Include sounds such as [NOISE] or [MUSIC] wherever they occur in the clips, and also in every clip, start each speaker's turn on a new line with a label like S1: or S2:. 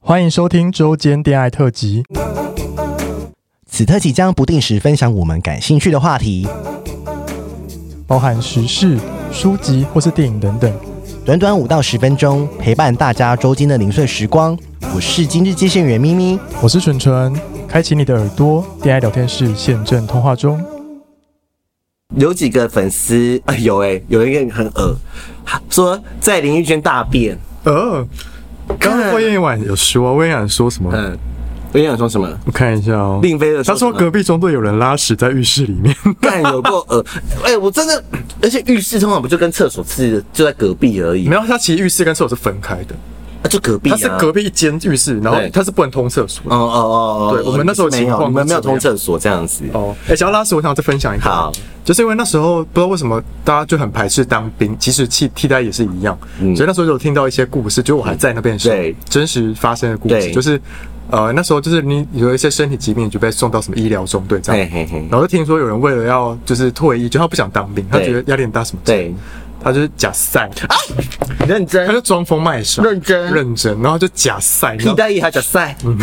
S1: 欢迎收听周间恋爱特辑。
S2: 此特辑将不定时分享我们感兴趣的话题，
S1: 包含时事、书籍或是电影等等。
S2: 短短五到十分钟，陪伴大家周间的零碎时光。我是今日接线员咪咪，
S1: 我是纯纯，开启你的耳朵，恋爱聊天室现正通话中。
S3: 有几个粉丝 [LAUGHS] 啊、有哎、有一个人很恶，说在淋浴间大便。
S4: 呃，刚刚魏彦婉有说，魏彦婉说什么？
S3: 嗯，我跟你想说什么？
S4: 我看一下哦。
S3: 令妃的
S4: 他说隔
S3: 隔
S4: 壁中队有人拉屎在浴室里面，
S3: 干有够
S4: [LAUGHS]
S3: 恶，哎、我真的，而且浴室通常不就跟厕所是就在隔壁而已，
S4: 没有，他其实浴室跟厕所是分开的，
S3: 啊、就隔壁、
S4: 他
S3: 啊，
S4: 是隔壁一间浴室，然后
S3: 对
S4: 他是不能通厕所的。
S3: 哦哦哦哦，
S4: 对我们那时候
S3: 没
S4: 情
S3: 有，
S4: 况
S3: 你们没有
S4: 是这样
S3: 通厕所这样子。
S4: 哦，哎、想要拉屎，我想再分享一个，
S3: 好，
S4: 就是因为那时候不知道为什么大家就很排斥当兵，其实替替代也是一样，
S3: 嗯
S4: 所以那时候就有听到一些故事，就我还在那边的时候，
S3: 对
S4: 真实发生的故
S3: 对
S4: 事，就是呃那时候就是你有一些身体疾病，你就被送到什么医疗中队这
S3: 嘿
S4: 样，
S3: 嘿嘿
S4: 然，后就听说有人为了要就是退役，就他不想当兵，他
S3: 对
S4: 觉得压力很大什么，，
S3: 对，
S4: 他就是假赛，
S3: 认
S4: [LAUGHS]
S3: 真
S4: 他就装疯卖傻，
S3: 认真
S4: 认真，然后就假赛，然
S3: 替
S4: 后
S3: 代役还假赛，
S4: 嗯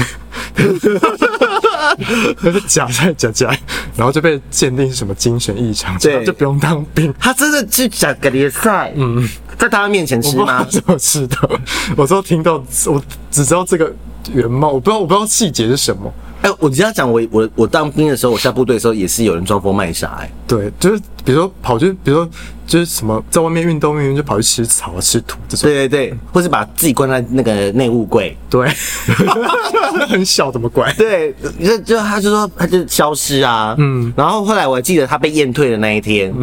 S4: 他就假赛假假，然后就被鉴定是什么精神异常，
S3: 对
S4: 然后就不用当兵。
S3: 他真的去假个联赛，嗯，在他面前
S4: [LAUGHS] 我
S3: 吃
S4: 不知道
S3: 吗？
S4: 怎么知道，我之后听到，我只知道这个原貌，我不知道我不知道细节是什么。
S3: 哎、我只要讲我我我当兵的时候，我下部队的时候也是有人装疯卖傻、哎，
S4: 对，就是比如说跑去，比如说就是什么在外面运动，运动就跑去吃草啊、吃土这种。
S3: 对对对，或是把自己关在那个内务柜，
S4: 对， [LAUGHS] 那很小怎么管？
S3: 对，就就他就说他就消失啊，嗯，然后后来我还记得他被验退的那一天，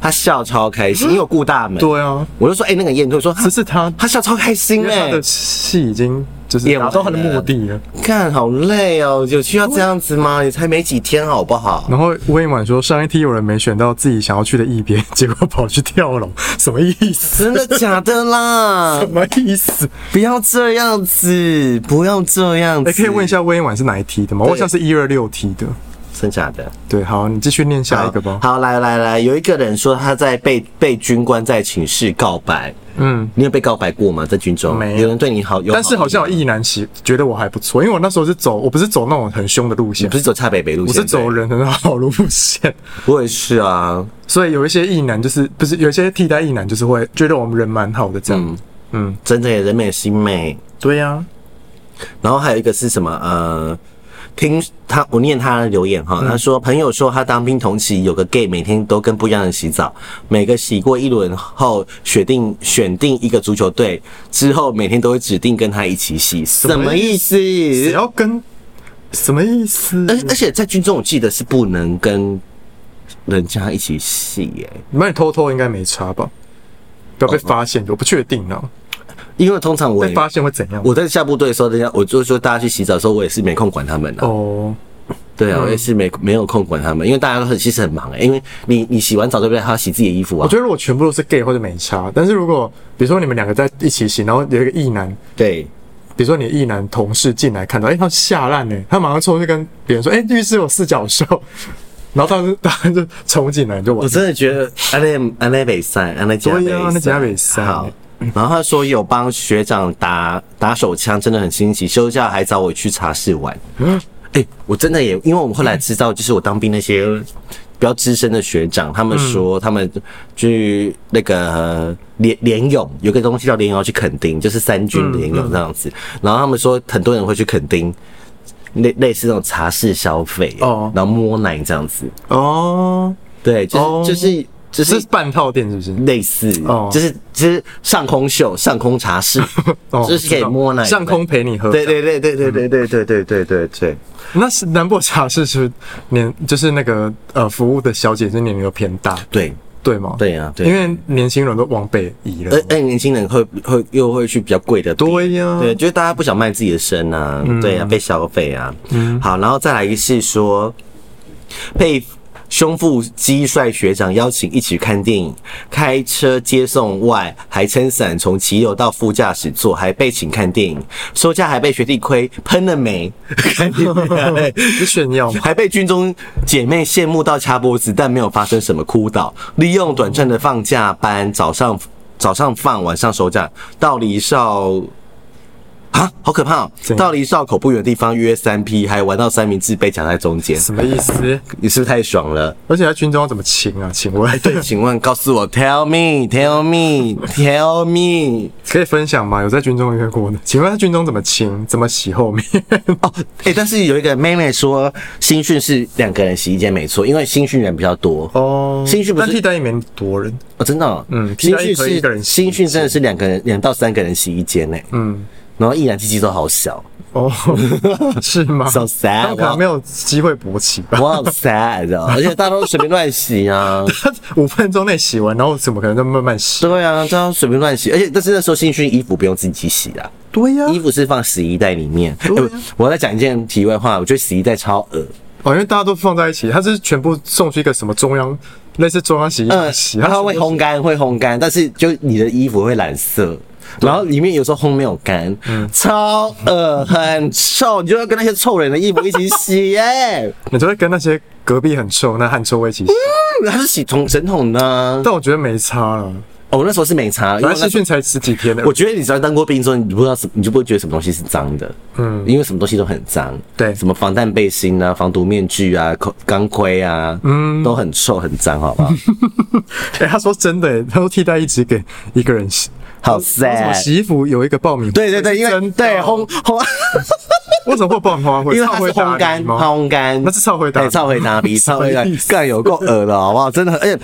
S3: 他笑超开心，因为我顾大门，
S4: 对啊，
S3: 我就说哎、那个验退，我说 [LAUGHS]
S4: 这是他，
S3: 他笑超开
S4: 因
S3: 心
S4: 为
S3: 哎、
S4: 他的戏已经就是
S3: 演完
S4: 达到他的目的了。
S3: 看好累哦，有需要这样子吗？也才没几天好不好？
S4: 然后魏婉说，上一梯有人没选到自己想要去的一边， [LAUGHS] 结果跑去跳楼，什么意思？
S3: 真的假的啦 [LAUGHS]
S4: 什？么意思？
S3: 不要这样子，不要这样子。
S4: 哎、可以问一，下魏婉是哪一梯的吗？我好像是一二六梯的。
S3: 真假的？
S4: 对，好，你继续念下一个吧。
S3: 好，来来来，有一个人说他在被被军官在寝室告白，
S4: 嗯，
S3: 你有被告白过吗？在军中，
S4: 没有
S3: 有人对你好，有
S4: 但是好像有
S3: 意，
S4: 意难其觉得我还不错，因为我那时候是走，我不是走那种很凶的路
S3: 你
S4: 线
S3: 不，是走差北北路
S4: 我
S3: 线？
S4: 是走
S3: 对，
S4: 人很好路线，
S3: 我也是啊，
S4: 所以有一些意难就是不是有一些替代意难就是会觉得我们人蛮好的这样。
S3: 嗯
S4: 嗯
S3: 真的也人美心美。
S4: 对呀、
S3: 然后还有一个是什么？呃，听他我念他的留言
S4: 嗯
S3: 哈，他说朋友说他当兵同期有个 gay 每天都跟不一样人洗澡，每个洗过一轮后选定选定一个足球队，之后每天都会指定跟他一起洗，什么
S4: 么
S3: 意
S4: 意
S3: 思？
S4: 只要跟什么意思？
S3: 而而且在军中我记得是不能跟人家一起洗耶、
S4: 你们偷偷应该没差吧？不要被发现，我不确定啊，
S3: 因为通常我
S4: 被
S3: 也
S4: 发现会怎样？
S3: 哦我在下部队的时候，人家我就说大家去洗澡的时候，我也是没空管他们的、
S4: 哦，
S3: 对啊，我也是没没有空管他们，因为大家都很其实很忙、欸，因为你你洗完澡对不对？还要洗自己的衣服
S4: 我
S3: 啊
S4: 觉。得如果全部都是 gay 或者没差，但是如果比如说你们两个在一起洗，然后有一个异男
S3: 对，
S4: 比如说你一男同事进来看到，哎、他吓烂呢，他马上冲去跟别人说，哎、浴室有四脚兽，然后当时当然就冲进来就
S3: 我
S4: 完。
S3: [LAUGHS] 真的觉得安内安内北塞，安内加
S4: 对啊安内加北塞
S3: 好。然后他说有帮学长打打手枪，真的很新奇。休假还找我去茶室玩。
S4: 嗯
S3: 哎、我真的也，因为我们后来知道，就是我当兵那些比较资深的学长，
S4: 嗯
S3: 他们说他们去那个联联勇，有个东西叫联勇要去垦丁，就是三军
S4: 嗯
S3: 联勇这样子。然后他们说很多人会去垦丁，类类似那种茶室消费，
S4: 哦
S3: 然后摸奶这样子。
S4: 哦，
S3: 对，就是、
S4: 哦
S3: 就是就
S4: 只是
S3: 是
S4: 半套店是不是？
S3: 类似，
S4: 哦
S3: 就是就是上空秀、上空茶室，
S4: [LAUGHS] 哦
S3: 就是可以摸奶，
S4: 上空。陪你喝。
S3: 对，对对对对对对对对对对对，
S4: 那是南博茶室是不是年就是那个呃服务的小姐是年龄又偏大，
S3: 对
S4: 对吗？
S3: 对呀对。啊
S4: 因为年轻人都往北移
S3: [LAUGHS]
S4: 了
S3: 而。而年轻人会会又会去比较贵的比，
S4: 对呀、嗯
S3: 对，就是大家不想卖自己的身啊，对呀、被消费啊。好，然后再来一个是说，被胸腹肌帅学长邀请一起看电影，开车接送外，还撑伞从骑楼到副驾驶座，还被请看电影，收假还被学弟亏喷了没，
S4: [LAUGHS] 是炫耀吗？
S3: 还被军中姐妹羡慕到掐脖子，但没有发生什么哭倒。利用短暂的放假班，早上早上放，晚上收假，到离少啊，好可怕、哦！
S4: 怎样
S3: 到离哨口不远的地方约三 P，还玩到三明治被夹在中间，
S4: 什么意
S3: [LAUGHS]
S4: 思？
S3: 你是不是太爽了？
S4: 而且在军中要怎么亲啊？请问，
S3: 哎对，请问告诉我，Tell me，Tell me，Tell me。
S4: 可以分享吗？有在军中约过的？请问在军中怎么亲？怎么洗后面？
S3: 哦，哎、但是有一个妹妹说，新训是两个人洗衣间没错，因为新训人比较多。
S4: [LAUGHS] 哦，
S3: 新训不
S4: 但替
S3: 是
S4: 代役没多人，
S3: 哦，真的、哦，
S4: 嗯
S3: 新训
S4: 替代役可以一个
S3: 是
S4: 人洗
S3: 新训真的是两个人两到三个人洗衣间呢、
S4: 嗯，
S3: 然后一然鸡鸡都好小
S4: 哦， [LAUGHS] 是吗
S3: ，so
S4: 啊他
S3: sad，
S4: 们可能没
S3: 我
S4: 有机会勃起吧？
S3: 我好 sad，哦
S4: [LAUGHS]
S3: 而且大家都随便乱洗啊，
S4: 他 [LAUGHS] 五分钟内洗完，然后怎么可能就慢慢洗？
S3: 对啊，大家都随便乱洗，而且但是那时候新训衣服不用自己洗啊。
S4: 对呀
S3: 衣服是放洗衣袋里面。
S4: 对啊
S3: 哎我我要再讲一件题外话，我觉得洗衣袋超恶。
S4: 哦，因为大家都放在一起，他是全部送去一个什么中央，类似中央洗衣机洗，
S3: 呃它
S4: 全部
S3: 嗯会烘干，会烘干，但是就你的衣服会染色。然后里面有时候烘没有干，
S4: 嗯
S3: 超恶很臭，你就要跟那些臭人的衣服一起洗耶、 [LAUGHS]
S4: 你就会跟那些隔壁很臭那汗臭味一
S3: 嗯
S4: 起洗。
S3: 他是洗桶整桶呢。
S4: 但我觉得没差了，
S3: 哦，我那时候是没擦，因为
S4: 反
S3: 我
S4: 正
S3: 那
S4: 试训才十几天的
S3: 我，觉得你只要当过兵之后，你不知道什，你就不会觉得什么东西是脏的，嗯
S4: 嗯，
S3: 因为什么东西都很脏，
S4: 对
S3: 什么防弹背心啊、防毒面具啊、口钢盔啊，嗯，都很臭很脏，好
S4: [LAUGHS]
S3: 不好？
S4: 哎、他说真的、他说替代一直给一个人洗。
S3: 好
S4: 为什么
S3: sad。
S4: 洗衣服有一个爆米花？
S3: 对对对，因为
S4: 真的哦
S3: 对烘烘，
S4: 为什么会有爆米花会？
S3: 因为它是
S4: 会打
S3: 烘
S4: 你
S3: 干，哦
S4: 吗
S3: 它烘干，
S4: 那是超会打
S3: 对，超会打比，超会
S4: [LAUGHS]
S3: 打
S4: 什么
S3: 比
S4: 意，思
S3: 更有够恶的，好不好？真的很，而且。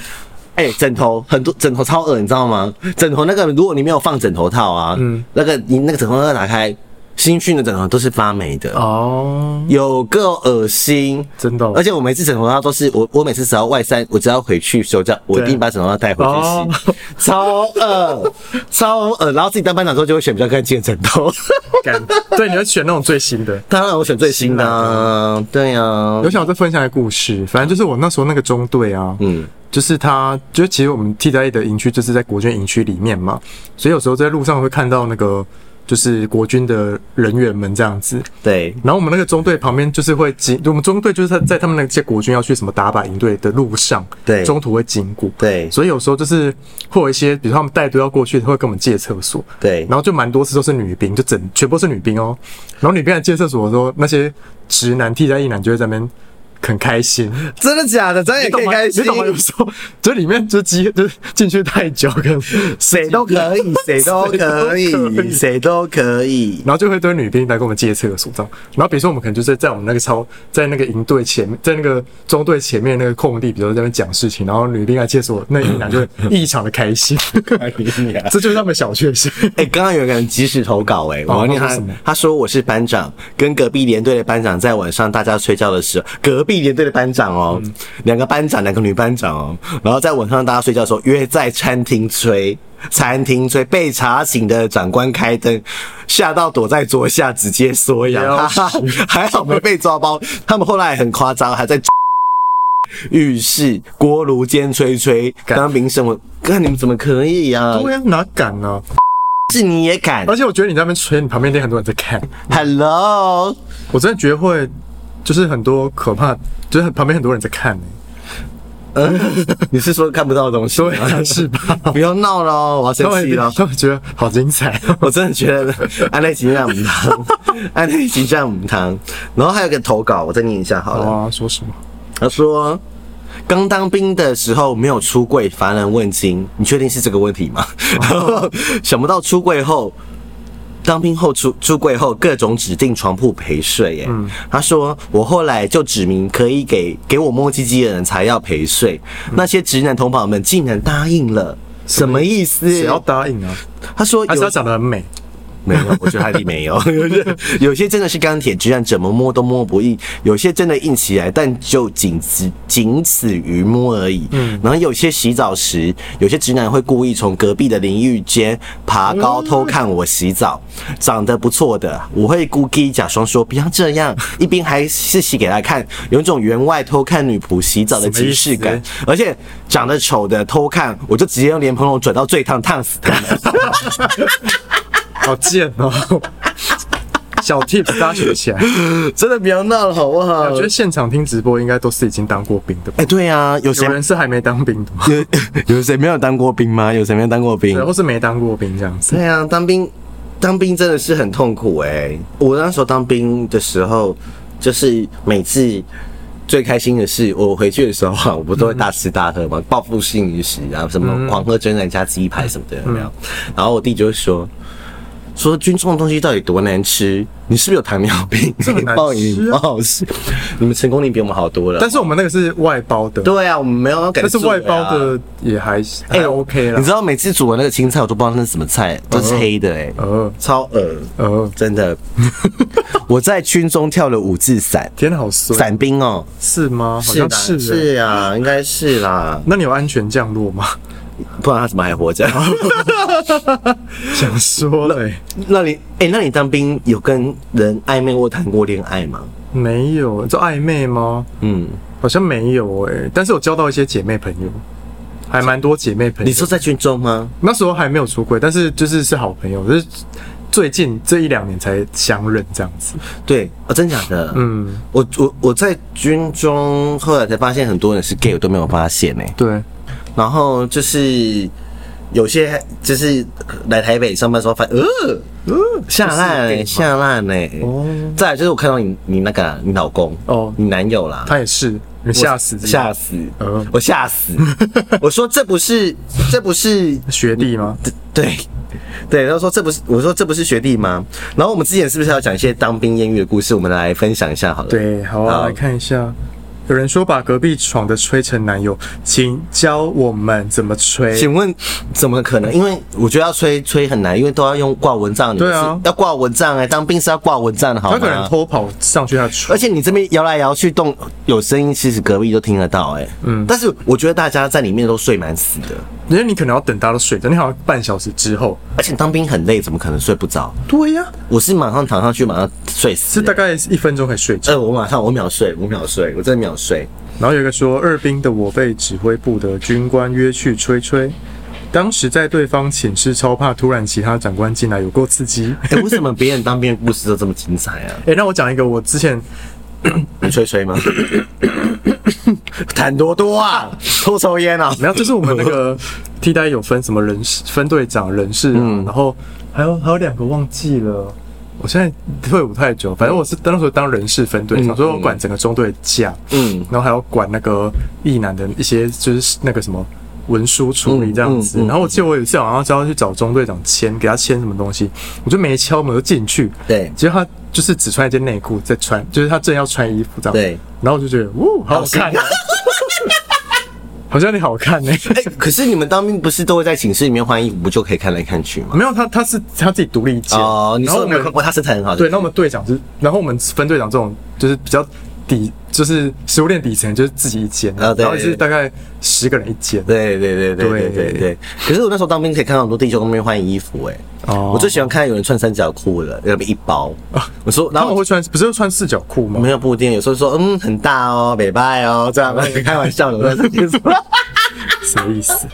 S3: 哎、枕头很多，枕头超恶，你知道吗？枕头那个，如果你没有放枕头套啊，嗯，那个你那个枕头套打开，新训的枕头都是发霉的，
S4: 哦，
S3: 有够恶心，
S4: 真的哦
S3: 而且我每次枕头套都是我，我每次只要外散，我只要回去休假，我一
S4: 对哦
S3: 定把枕头套带回去洗， [LAUGHS] 超恶，超恶。然后自己当班长之后就会选比较干净的枕头， [LAUGHS]
S4: 干对，你会选那种最新的。
S3: 当然我选最新的、啊，对啊
S4: 有，想我再分享一个故事，反正就是我那时候那个中队啊，
S3: 嗯
S4: 嗯，就是他，就是其实我们替代役的营区就是在国军营区里面嘛，所以有时候在路上会看到那个就是国军的人员们这样子，
S3: 对，
S4: 然后我们那个中队旁边就是会经，我们中队就是在在他们那些国军要去什么打靶营队的路上，
S3: 对
S4: 中途会经过，
S3: 对
S4: 所以有时候就是会有一些，比如说他们带队要过去，会跟我们借厕所，
S3: 对
S4: 然后就蛮多次都是女兵，就整全部是女兵哦，然后女兵来借厕所的时候，那些直男替代役男就会在那边。很开
S3: [LAUGHS]
S4: 心，
S3: 真的假的？咱也可以开心
S4: 你，懂吗？有时候 [LAUGHS] 这里面就机就是进去太久，可能
S3: 谁 [LAUGHS] 都可以，谁都可以，谁都可 [LAUGHS] 以。
S4: 然后就会一堆女兵来跟我们借厕所这样。然后比如说我们可能就是在我们那个超在那个营队前面，在那个中队前面那个空地，比如说在那边讲事情，然后女兵来借厕所，那一男就会异常的开心， [LAUGHS] 这就是他们小确幸。
S3: [LAUGHS] 哎、刚刚有个人及时投稿、哎，我要念
S4: 哦他
S3: 他
S4: 说什么，
S3: 他说我是班长，跟隔壁连队的班长在晚上大家睡觉的时候，隔壁连队的班长哦，
S4: 嗯
S3: 两、个班长，两个女班长哦，然后在晚上大家睡觉的时候约在餐厅吹，餐厅吹被查寝的长官开灯，吓到躲在桌下直接缩阳，
S4: 要
S3: 哈哈， [LAUGHS] 还好没被抓包。他们后来很夸张，还在 [LAUGHS] 浴室锅炉间吹吹，当兵生活，看你们怎么可以呀、啊？
S4: 对呀，哪敢呢、
S3: 是你也敢
S4: 而且我觉得你在那边吹，你旁边一定很多人在看，
S3: ？Hello。
S4: 我真的觉得会就是很多可怕，就是很旁边很多人在看、欸。
S3: 你是说看不到的东西吗？
S4: 对啊，是
S3: [LAUGHS]
S4: 吧？
S3: 不要闹了哦，我要
S4: 他
S3: 生气
S4: 们
S3: 了。
S4: 他们觉得好精彩。
S3: [LAUGHS] 我真的觉得安内吉让母汤， [LAUGHS] 安内吉让母汤。然后还有个投稿，我再念一下好了。
S4: 哇，说什么？
S3: 他说，刚当兵的时候没有出柜，乏人问津。你确定是这个问题吗？ [LAUGHS] 想不到出柜后，当兵后出出柜后，各种指定床铺陪睡。耶，他说我后来就指明可以给给我摸鸡鸡的人才要陪睡，那些直男同胞们竟然答应了。什么意
S4: [LAUGHS] 谁
S3: 思？
S4: 要答应啊？
S3: 他说
S4: 还是
S3: 有
S4: 要长得很美？
S3: 没有，我觉得海里没有。 [LAUGHS] 有些有些真的是钢铁直男，怎么摸都摸不硬；有些真的硬起来，但就仅此仅此于摸而已。嗯，然后有些洗澡时，有些直男会故意从隔壁的淋浴间爬高偷看我洗澡，长得不错的，我会故意假装说不要这样，一边还是洗给他看，有一种员外偷看女仆洗澡的
S4: 什么
S3: 即
S4: 意
S3: 视感
S4: 思。
S3: 而且长得丑的偷看，我就直接用莲蓬头转到最烫，烫死他们。
S4: [LAUGHS] 好贱哦！ [LAUGHS] 小 tips 大家学
S3: [LAUGHS]
S4: 起来。
S3: [LAUGHS] 真的不要闹了，好不好
S4: 我觉得现场听直播应该都是已经当过兵的吧
S3: 哎、？对啊，有谁
S4: 有人是还没当兵的吗，
S3: 有有谁没有当过兵吗？有谁没有当过兵
S4: 对，？或是没当过兵这样子。
S3: 啊对啊，当兵当兵真的是很痛苦哎、我那时候当兵的时候，就是每次最开心的是我回去的时候啊，我不都会大吃大喝
S4: 嗯
S3: 嘛，报复性饮食啊，什么狂喝真奶加鸡排什么的，有
S4: 嗯
S3: 没有？然后我弟就会说。说军中的东西到底多难吃？你是不是有糖尿病？
S4: [LAUGHS] 这
S3: [LAUGHS]
S4: 很难
S3: 暴
S4: 吃
S3: 饮
S4: 啊
S3: 暴食，你们成功率比我们好多了。
S4: 但是我们那个是外包的，
S3: 对啊，我们没有要改、
S4: 但是外包的也还
S3: 哎、
S4: 还 OK 啦
S3: 你知。道每次煮的那个青菜，我都不知道那是什么菜，都是黑的哎、
S4: 呃
S3: 超恶，
S4: 呃，
S3: 真的。 [LAUGHS] 我在军中跳了五字伞，
S4: 天哪，好酸，
S3: 伞兵哦，
S4: 是吗？好像是
S3: 是
S4: 欸。
S3: 是啊，应该是啦，
S4: 那你有安全降落吗？
S3: [LAUGHS] 不然他怎么还活着？
S4: 想说了，欸
S3: [LAUGHS] 那你哎、那你当兵有跟人暧昧或谈过恋爱吗？
S4: 没有，这暧昧吗？
S3: 嗯，
S4: 好像没有哎、但是我交到一些姐妹朋友，还蛮多姐妹朋友。
S3: 你说在军中吗？
S4: 那时候还没有出轨，但是就是是好朋友，就是最近这一两年才相认这样子。
S3: 对，哦，真假的？
S4: 嗯，
S3: 我我我在军中，后来才发现很多人是 gay，我都没有发现欸呢、
S4: 对，
S3: 然后就是有些就是来台北上班的时候发现，呃呃，下烂
S4: 就是
S3: 嘞、
S4: gay 嘛
S3: 下烂嘞、
S4: 哦
S3: 再来就是我看到你你那个啊你老公
S4: 哦
S3: 你男友啦，
S4: 他也是，你吓死
S3: 我吓死，
S4: 呃
S3: 我
S4: [LAUGHS]
S3: 吓死，我说这不是这不是
S4: 学弟吗？
S3: 对。对，他说这不是，我说这不是学弟吗？然后我们之前是不是还要讲一些当兵艳遇的故事？我们来分享一下好了。，
S4: 对，好啊，
S3: 好
S4: 来看一下。有人说把隔壁床的吹成男友，请教我们怎么吹。
S3: 请问怎么可能？因为我觉得要吹吹很难，因为都要用挂蚊帐，你们
S4: 对啊
S3: 是要挂蚊帐哎、当兵是要挂蚊帐的好
S4: 他
S3: 吗？
S4: 可能偷跑上去他的
S3: 而
S4: 床，
S3: 且你这边摇来摇去动，有声音，其实隔壁都听得到、哎，嗯。但是我觉得大家在里面都睡蛮死的，
S4: 因为你可能要等他都睡着，你好像半小时之后。
S3: 而且当兵很累，怎么可能睡不着？
S4: 对呀、
S3: 我是马上躺上去，马上睡
S4: 是
S3: 死、
S4: 大
S3: 哎
S4: 概一分钟可以睡着。
S3: 呃，我马上我秒睡，我秒睡，我真的秒睡。
S4: 然后有一个说，二兵的我被指挥部的军官约去吹吹，当时在对方寝室超怕，突然其他长官进来，有够刺激。 [LAUGHS]
S3: 哎、为什么别人当兵的故事都这么精彩啊？
S4: 哎、那我讲一个我之前
S3: 你吹吹吗？痰多多啊，多抽烟啊。
S4: 没有，就是我们那个
S3: [LAUGHS]
S4: 替代役有分什么人事、分队长、人事、啊，
S3: 嗯
S4: 然后还有还有两个忘记了。我现在退伍太久，反正我是当时当人事分队长，
S3: 嗯
S4: 所以我管整个中队的架，
S3: 嗯
S4: 然后还要管那个役男的一些就是那个什么文书处理这样子。
S3: 嗯嗯嗯
S4: 然后我记得我有一次好像是要去找中队长签，给他签什么东西，我就没敲门我就进去，
S3: 对
S4: 结果他就是只穿一件内裤在穿，就是他正要穿衣服这样，
S3: 对，
S4: 然后我就觉得，呜，好好看、啊，好像你好看欸呢、
S3: 哎、可是你们当兵不是都会在寝室里面换衣服，不就可以看来看去吗？
S4: [LAUGHS] 没有，他他是他自己独立一间。
S3: 哦，你
S4: 然后
S3: 说
S4: 我
S3: 没有
S4: 们
S3: 看过，他身材很好。
S4: 对，
S3: 是不
S4: 那
S3: 是
S4: 我们队长是，然后我们分队长这种就是比较底，就是食物链底层就是自己一间，
S3: 啊对
S4: 然后也是大概十个人一间。
S3: 对对对对对
S4: 对
S3: 对对。可是我那时候当兵可以看到很多弟兄在那边换衣服、哎、
S4: 哦
S3: 我最喜欢看有人穿三角裤了，那边一包。我说，
S4: 他
S3: 然后
S4: 们
S3: 啊我
S4: 会穿，不是会穿四角裤吗
S3: 没？有布丁，有时候说嗯很大哦，北拜哦， [LAUGHS] 这样开玩笑的。
S4: [LAUGHS] 什么意思？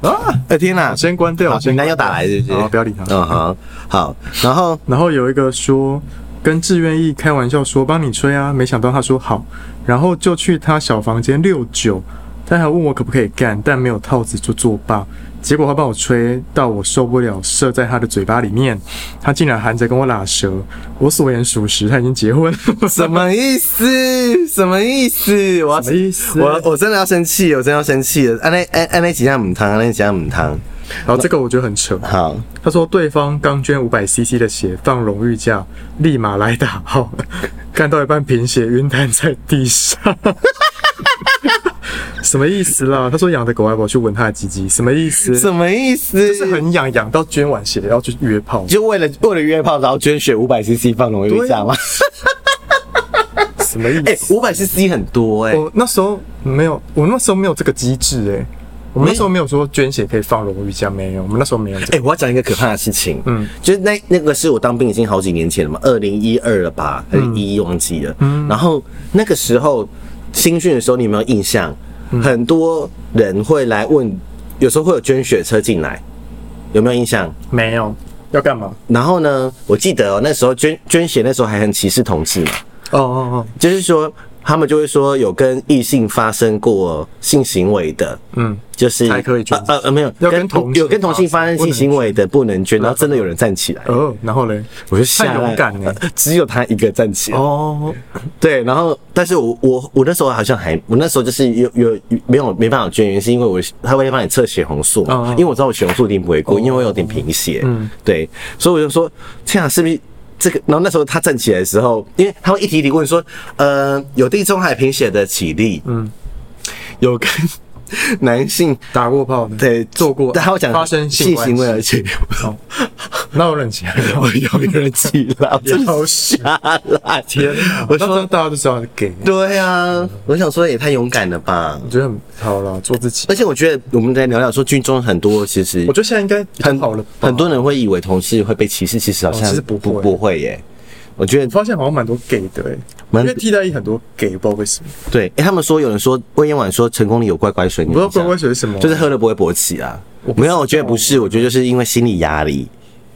S3: [LAUGHS] 哎天哪，
S4: 先关掉
S3: 好
S4: 先
S3: 你男友
S4: 关掉
S3: 打来是不是？
S4: 好不要理他
S3: 嗯好好，然后
S4: 然后有一个说跟志愿役开玩笑说帮你吹啊，没想到他说好，然后就去他小房间六九，他还问我可不可以干，但没有套子就作罢。结果他帮我吹到我受不了，射在他的嘴巴里面，他竟然含着跟我拉舌。我所言属实，他已经结婚了。
S3: [LAUGHS] 什么意思？什么意思？我要
S4: 什么意 [LAUGHS] 思
S3: 我我真的要生气，我真的要生气了。安啊内安安内几下母汤，安内啊几下母汤。
S4: 然后这个我觉得很扯。
S3: 好，
S4: 他说对方刚捐五百 CC 的血放荣誉架，立马来打号， [LAUGHS] 看到一半贫血晕瘫在地上。 [LAUGHS] 什么意思啦？他说养的狗还跑去闻他的鸡鸡，什么意思？
S3: 什么意思？
S4: 就是很痒，痒到捐完血要去约炮，
S3: 就为了为了约炮，然后捐血五百 CC 放荣誉架吗？
S4: 什么意
S3: 哎，
S4: 思？
S3: [LAUGHS] 五百 CC 很多哎、
S4: 我那时候没有，我那时候没有这个机制哎、我们那时候没有说捐血可以放荣誉架，没有，我们那时候没有这
S3: 哎、
S4: 个。
S3: 我要讲一个可怕的事情，
S4: 嗯
S3: 嗯，就是那那个是我当兵已经好几年前了嘛，二零一二了吧，还是一一忘记了。嗯，然后那个时候新训的时候，你有没有印象？很多人会来问，有时候会有捐血车进来，有没有印象？
S4: 没有，要干嘛？
S3: 然后呢，我记得、哦、那时候捐捐血那时候还很歧视同志嘛，
S4: 哦哦哦，
S3: 就是说他们就会说有跟异性发生过性行为的，
S4: 嗯，
S3: 就是
S4: 才可以捐
S3: 呃呃呃没有
S4: 要跟同性
S3: 有跟同性发生性行为的不能捐，
S4: 不能捐
S3: 然后真的有人站起来，
S4: 哦，然后嘞，
S3: 我就吓
S4: 太
S3: 烂
S4: 勇敢了
S3: 呃只有他一个站起来。
S4: 哦，
S3: 对，然后但是我我我那时候好像还我那时候就是有有没有没办法捐，原因是因为我他会帮你测血红素嘛，
S4: 哦
S3: 因为我知道我血红素一定不会过，因为我有点贫血，
S4: 嗯
S3: 对，所以我就说天啊，是不是？这个，然后那时候他站起来的时候，因为他会一题一题问说，呃，有地中海贫血的起立，嗯，有跟男性
S4: 打过炮的，
S3: 对
S4: 做过
S3: 但他会
S4: [LAUGHS]
S3: 讲
S4: 发生
S3: 性
S4: 性
S3: 行为
S4: 关
S3: 而
S4: 系
S3: 且
S4: 哦 [LAUGHS] 那我忍起来了，
S3: 我
S4: [LAUGHS]
S3: 有一个人起来，我真的
S4: 好
S3: 吓烂，
S4: 天 [LAUGHS] 哪，
S3: 我
S4: 那这
S3: 说
S4: 样大家都知道是 gay，
S3: 对啊，我想说也太勇敢了吧，
S4: 我觉得很好啦，做自
S3: [LAUGHS]
S4: 己
S3: 而，且我觉得我们来聊聊说军中很多其实
S4: 我觉得现在应该比较
S3: 很
S4: 好了吧，
S3: 很多人会以为同事会被歧视，其实好像
S4: 哦其实不
S3: 不
S4: 会
S3: 不会耶。我觉
S4: 我
S3: 得
S4: 发现好像蛮多 gay 的欸，
S3: 蛮
S4: 因为替代役很多 gay，不知道为什
S3: [LAUGHS]
S4: 么，
S3: 对，诶他们说有人说魏延婉说成功里有乖乖水，你
S4: 不知道
S3: 们知
S4: 乖
S3: 道
S4: 乖水是什么，
S3: 就是喝了不会勃起啊
S4: 我。不
S3: 没
S4: 知道
S3: 有，我觉得不
S4: 哦
S3: 是，我觉得就是因为心理压力。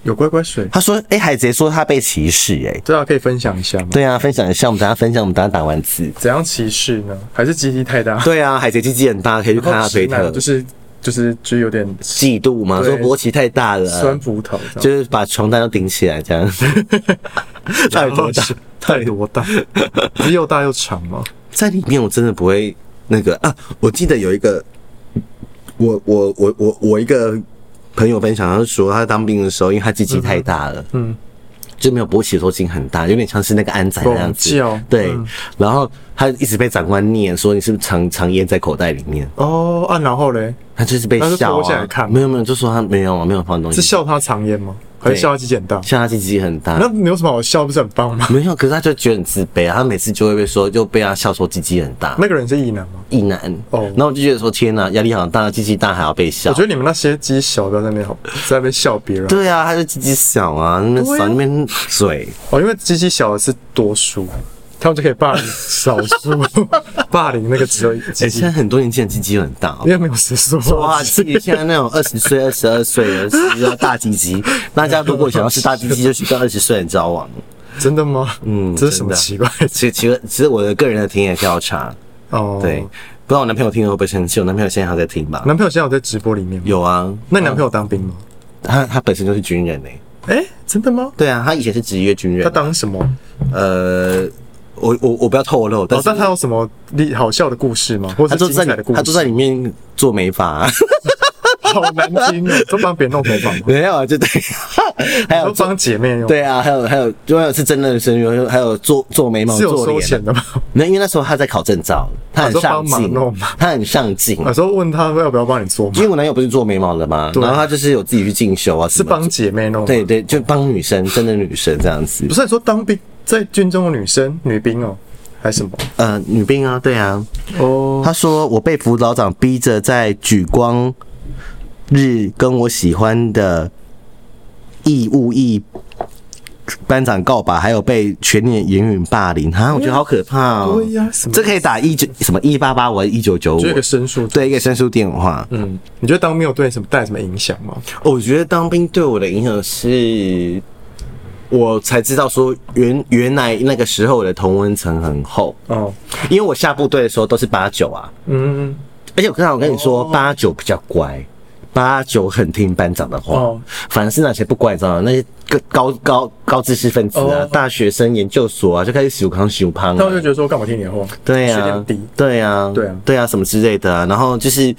S4: 有乖乖水，
S3: 他说，哎，海贼说他被歧视，哎，
S4: 大家可以分享一下吗？
S3: 对啊，分享一下，我们等一下分享，我们等一下打完字。
S4: 怎样歧视呢？还是基地太
S3: [LAUGHS]
S4: 大？
S3: 对啊，海贼鸡鸡很大，可以去看
S4: 然后
S3: 他的推
S4: 直男
S3: 特，
S4: 就是就是就是有点
S3: 嫉妒嘛，说
S4: 对
S3: 勃起太大了，啊
S4: 酸葡萄这样，
S3: [LAUGHS] 就是把床单都顶起来这样。到底多大？
S4: [LAUGHS] 太多
S3: [LAUGHS]
S4: 大，是又大又长吗？
S3: 在里面我真的不会那个啊！我记得有一个，我我我我我一个朋友分享，他说他当兵的时候，因为他鸡鸡太大了，
S4: 嗯，
S3: 就没有勃起的时候筋很大，有点像是那个安仔那样子
S4: 拱。
S3: 对，然后他一直被长官念说你是不是藏藏烟在口袋里面，
S4: 哦啊，然后嘞，
S3: 他就是被
S4: 那就
S3: 笑
S4: 脱下来
S3: 啊。
S4: 看
S3: 没有没有，就说他没有啊，没有放东
S4: 是
S3: 西，
S4: 笑他长烟吗？还是
S3: 对
S4: 笑他肌减大？
S3: 像他鸡鸡很大
S4: 那。没有什么好笑，不是很棒 [LAUGHS] 吗？
S3: 没有，可是他就觉得很自卑啊！他每次就会被说，就被他笑说鸡鸡很大，
S4: 那个人是异男吗？
S3: 一男。
S4: 哦
S3: 然后我就觉得说，天哪，压力好大，鸡鸡大还要被笑。
S4: 我觉得你们那些鸡小的在那 [LAUGHS] 边好，在那边笑别人
S3: 对啊，他就自己想啊，那边
S4: 对啊
S3: 扫那边嘴，
S4: 哦，因为鸡鸡小的是多数，他们就可以霸凌少数， [LAUGHS] 霸凌那个只有
S3: 哎、
S4: 鸡
S3: 现
S4: 鸡
S3: 在，很多年轻人鸡鸡很大、
S4: [LAUGHS]
S3: 哦
S4: 因。为没有谁说
S3: 哇，
S4: 话，
S3: 自己现在那种二十岁、二十二岁的是要大鸡
S4: [LAUGHS]
S3: 鸡，大家如果想要吃大鸡鸡，就去跟二十岁人交往。
S4: 真的吗？
S3: 嗯
S4: [LAUGHS] 这是什么
S3: 真的
S4: 奇怪的啊
S3: 其实，其实，其实我的个人的田野调查，
S4: 哦，
S3: 对，不知道我男朋友听了会不会生气？我男朋友现在还在听吧？
S4: 男朋友现在有在直播里面吗？
S3: 有啊，
S4: 那你男朋友当兵吗？
S3: 他他本身就是军人诶、
S4: 哎、真的吗？
S3: 对啊，他以前是职业军人
S4: 他。当什么？
S3: 呃，我我我不要透露，但
S4: 哦，
S3: 是
S4: 但他有什么厉好笑的故事吗？或
S3: 他
S4: 者
S3: 就
S4: 精
S3: 在
S4: 彩的故
S3: 里
S4: 事？
S3: 他就在里面做美发、
S4: [LAUGHS]
S3: 啊。
S4: 好难听 [LAUGHS] 哦，都帮别人弄头发吗？
S3: 没有啊，就对， [LAUGHS] 还有
S4: 都
S3: 做
S4: 帮姐妹用，，
S3: 对啊，还有还有，就还有是真的声优，还有做做眉毛、
S4: 是有
S3: 做
S4: 收
S3: 脸。
S4: 钱的 [LAUGHS] 吗？
S3: 那因为那时候他在考证照，他很
S4: 啊说
S3: 上
S4: 帮忙
S3: 进
S4: 弄嘛，
S3: 他很上进。
S4: 有时候问他要不要帮你做吗
S3: 因？为我男友不是做眉毛的嘛，
S4: 对
S3: 然后他就是有自己去进修啊，
S4: 是
S3: 是
S4: 帮姐妹弄，
S3: 对，对，就帮女生，真的女生这样子
S4: 不。是你说当兵在军中的女生女兵哦，还是什么？
S3: 呃，女兵啊，对啊。
S4: 哦，
S3: 他说我被辅导长逼着在举光日跟我喜欢的义务役班长告白，还有被全年言语霸凌，哈，我觉得好可怕哦。
S4: 对呀什么
S3: 这可以打一九什么一八八五一九九五
S4: 就，一个申诉，，
S3: 对一个申诉电话。
S4: 嗯，你觉得当兵有对你什么带什么影响吗？
S3: 哦我觉得当兵对我的影响是，我才知道说原原来那个时候我的同温层很厚，
S4: 哦，
S3: 因为我下部队的时候都是八九啊，
S4: 嗯，
S3: 而且我刚才我跟你说，
S4: 哦
S3: 八九比较乖，八九很听班长的话。
S4: 哦
S3: 反而是那些不乖，你知道吗？那些高高高知识分子啊，
S4: 哦
S3: 大学生、研究所啊，就开始修康修胖
S4: 那我就
S3: 啊。
S4: 觉得说干嘛听你的话？
S3: 对
S4: 学
S3: 啊
S4: 历低，
S3: 对啊，
S4: 对啊
S3: 对啊，什么之类的啊。然后就是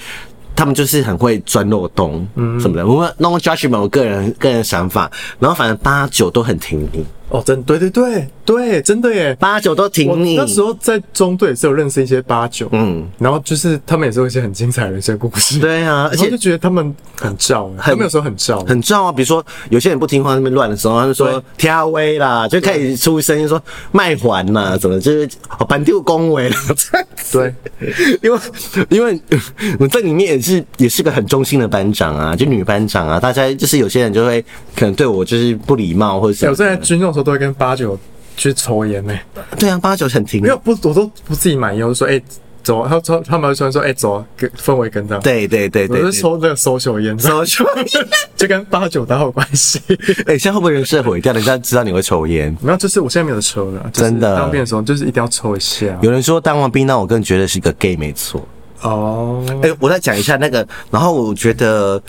S3: 他们就是很会钻漏洞，嗯，什么的。我们 no judgment，我个人个人想法。然后反正八九都很挺你，
S4: 哦，真对对对对，真的耶。
S3: 八九都
S4: 我
S3: 挺你。
S4: 那时候在中队也是有认识一些八九，
S3: 嗯
S4: 嗯，然后就是他们也是有一些很精彩的人生故事，
S3: 对
S4: 然
S3: 啊，而
S4: 后
S3: 且
S4: 就觉得他们很照欸，他们有时候很 [LAUGHS] 照，
S3: 很重要啊。比如说有些人不听话，那边乱的时候，他就说
S4: 对
S3: “跳威啦”，就开始出声音说“卖环啦”，怎么就是哦板丢恭维了这样子。
S4: 对，
S3: 因为 [LAUGHS] 因为 [LAUGHS] 我在里面也是也是个很忠心的班长啊，就女班长啊，大家就是有些人就会可能对我就是不礼貌或者什
S4: 欸我
S3: 么
S4: 在
S3: 的。
S4: 军中的时候都会跟八九去抽烟呢，
S3: 对啊，八九很挺
S4: 没有不，我都不自己买烟，我就说哎，走啊，他他他们会突然说，哎、走啊，跟氛围跟上。，
S3: 对对对
S4: 我
S3: 对
S4: 是
S3: 对，
S4: 抽这个 social 烟，
S3: 手抽，
S4: [LAUGHS] 就跟八九打有关
S3: [LAUGHS]
S4: 系。
S3: 哎，现在会不会人设毁掉？人家知道你会抽烟。
S4: 没有，就是我现在没有抽了，就是
S3: 真的
S4: 当兵的时候就是一定要抽一下。
S3: 有人说当完兵，那我更觉得是个 gay 没错。
S4: 哦，
S3: 哎、我再讲一下那个，然后我觉得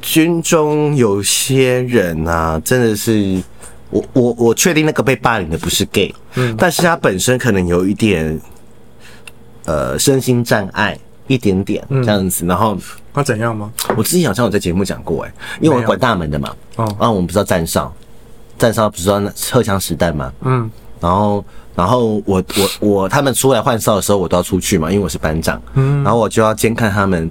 S3: 军中有些人啊，真的是。我我我确定那个被霸凌的不是 gay，、但是他本身可能有一点，呃，身心障碍一点点这样子。然后
S4: 他怎样吗？
S3: 我之前好像有在节目讲过、哎，因为我管大门的嘛，
S4: 哦
S3: 啊，我们不知道站哨，站哨不是道那荷枪实弹嘛，
S4: 嗯，
S3: 然后，然后我我我他们出来换哨的时候，我都要出去嘛，因为我是班长。然后我就要监看他们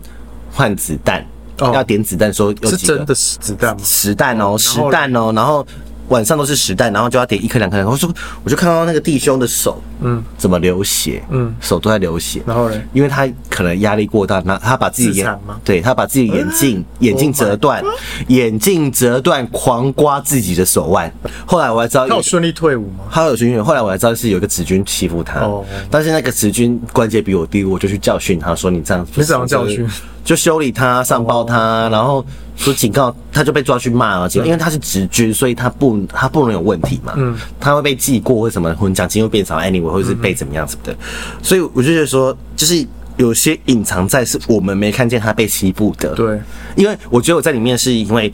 S3: 换子弹，
S4: 嗯哦
S3: 要点子弹，说有
S4: 是
S3: 几个
S4: 真的是子弹吗？
S3: 实弹哦，实弹哦，然后晚上都是实弹，然后就要点一颗两颗。然后说，我就看到那个弟兄的手，嗯，怎么流血，嗯
S4: 嗯，
S3: 手都在流血。
S4: 然后嘞，
S3: 因为他可能压力过大，那他把自己
S4: 自
S3: 眼
S4: 残吗嗯
S3: 对他把自己眼镜眼镜折断，眼镜折断，狂刮自己的手腕。后来我还知道
S4: 他
S3: 有
S4: 有顺利退伍吗？
S3: 他有军人，后来我才知道是有一个职军欺负他，
S4: 哦
S3: 但是那个职军关节比我低，我就去教训他说你这样，
S4: 你怎么教训？
S3: 就修理他、上报他，然后说警告，他就被抓去骂了。警
S4: 嗯
S3: 告因为他是职军，所以他不他不能有问题嘛，嗯，他会被记过或什么，或者奖金会变少，anyway，或者是被怎么样什么
S4: 嗯
S3: 的，所以我就觉得说，就是有些隐藏在是我们没看见他被欺负的，
S4: 对，
S3: 因为我觉得我在里面是因为。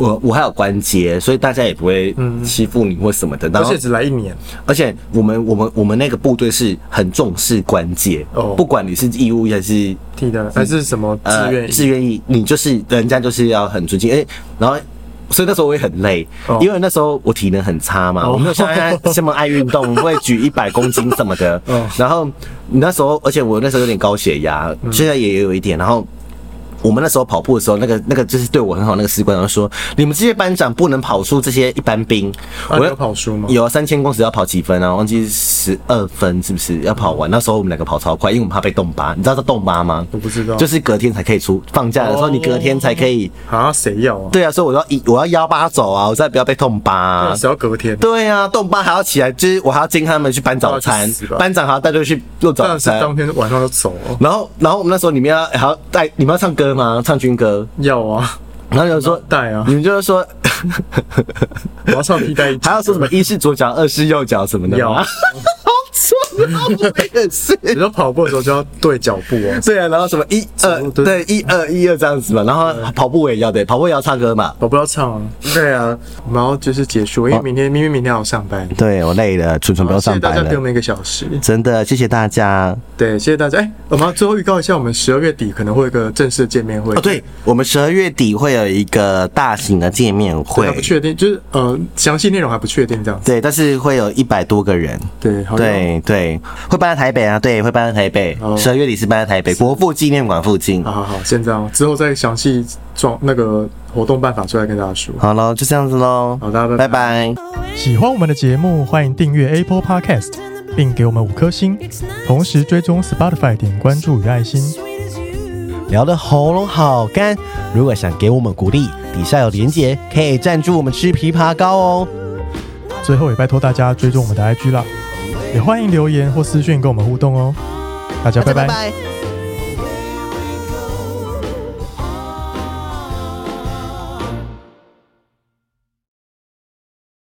S3: 我我还有关节，所以大家也不会欺负你或什么的。然
S4: 嗯而
S3: 后
S4: 且只来一年，
S3: 而且我们我们我们那个部队是很重视关节，
S4: 哦
S3: 不管你是义务役还是
S4: 替
S3: 嗯
S4: 的还是什么志愿
S3: 志
S4: 役？
S3: 呃愿役，你就是人家就是要很尊敬，哎、然后。所以那时候我也很累，
S4: 哦
S3: 因为那时候我体能很差嘛，
S4: 哦
S3: 我没有像现在这么爱运动，我会举一百公斤什么的。
S4: [LAUGHS] 哦
S3: 然后你那时候，而且我那时候有点高血压，
S4: 嗯
S3: 现在也有一点。然后我们那时候跑步的时候，那个那个就是对我很好那个士官长就说：“你们这些班长不能跑出这些一般兵。
S4: 啊
S3: 我
S4: 你
S3: 要
S4: 有跑输吗
S3: 有三千公尺要跑几分啊？忘记十二分是不是要跑完？那时候我们两个跑超快，因为我们怕被冻巴。你知道这冻巴吗？
S4: 我不知道
S3: 就是隔天才可以出，放假的时候
S4: 哦
S3: 你隔天才可以。
S4: 啊，谁要啊？
S3: 对啊，所以我要一我要幺八走啊，我再不要被冻巴、啊。
S4: 谁要隔天？
S3: 对啊，冻巴还要起来，就是我还要接他哦们去搬早
S4: 那
S3: 餐
S4: 去死，吧
S3: 班长还要带队去做
S4: 当
S3: 早
S4: 然是
S3: 餐。
S4: 当天晚上就走哦。
S3: 然后，然后我们那时候你们要还要带你们要唱歌吗？唱军歌。
S4: 要啊，
S3: 然后有人说
S4: 带啊
S3: 你们就是说
S4: 我要唱替代役，
S3: 还要说什么一是左脚，二是右脚什么的 [LAUGHS]
S4: 要
S3: 吗？好蠢啊！我也是。
S4: 你说跑步的时候就要对脚步哦。
S3: 对啊，然后什么一二
S4: 路对
S3: [LAUGHS] 对一二一二这样子嘛，然后跑步我也要对，跑步也要唱歌嘛。
S4: 我不要唱啊，
S3: 对啊，
S4: 我们要就是结束，因为明天明明明天还要上班，
S3: 对我累了，蠢蠢不要
S4: 谢谢
S3: 上
S4: 大
S3: 班
S4: 家给我
S3: 了，
S4: 们一个小时，
S3: 真的谢谢大家。
S4: 对，谢谢大家。哎，我们要最后预告一下，我们十二月底可能会有一个正式的见面会
S3: 哦，对，我们十二月底会有一个大型的见面
S4: 还
S3: 会
S4: 不，确定，就是呃，详细内容还不确定这样子。
S3: 对，但是会有一百多个人。
S4: 对，好像
S3: 对对，会搬到台北啊，对，会搬到台北。
S4: 哦
S3: 十二月底是搬到台北国父纪念馆附近。
S4: 好好好，先这样，之后再详细状那个活动办法出来跟大家说。
S3: 好喽，就这样子喽，
S4: 好，大哦家拜
S3: 拜拜。
S1: 喜欢我们的节目，欢迎订阅 Apple Podcast，并给我们五颗星，同时追踪 Spotify 点关注与爱心。
S2: 聊
S3: 聊的喉咙好干，如果想给我们鼓励，底下有连结，可以赞助我们吃枇杷膏哦。
S1: 最后也拜托大家追踪我们的 IG 啦，也欢迎留言或私讯跟我们互动哦。大家拜拜。
S2: 拜。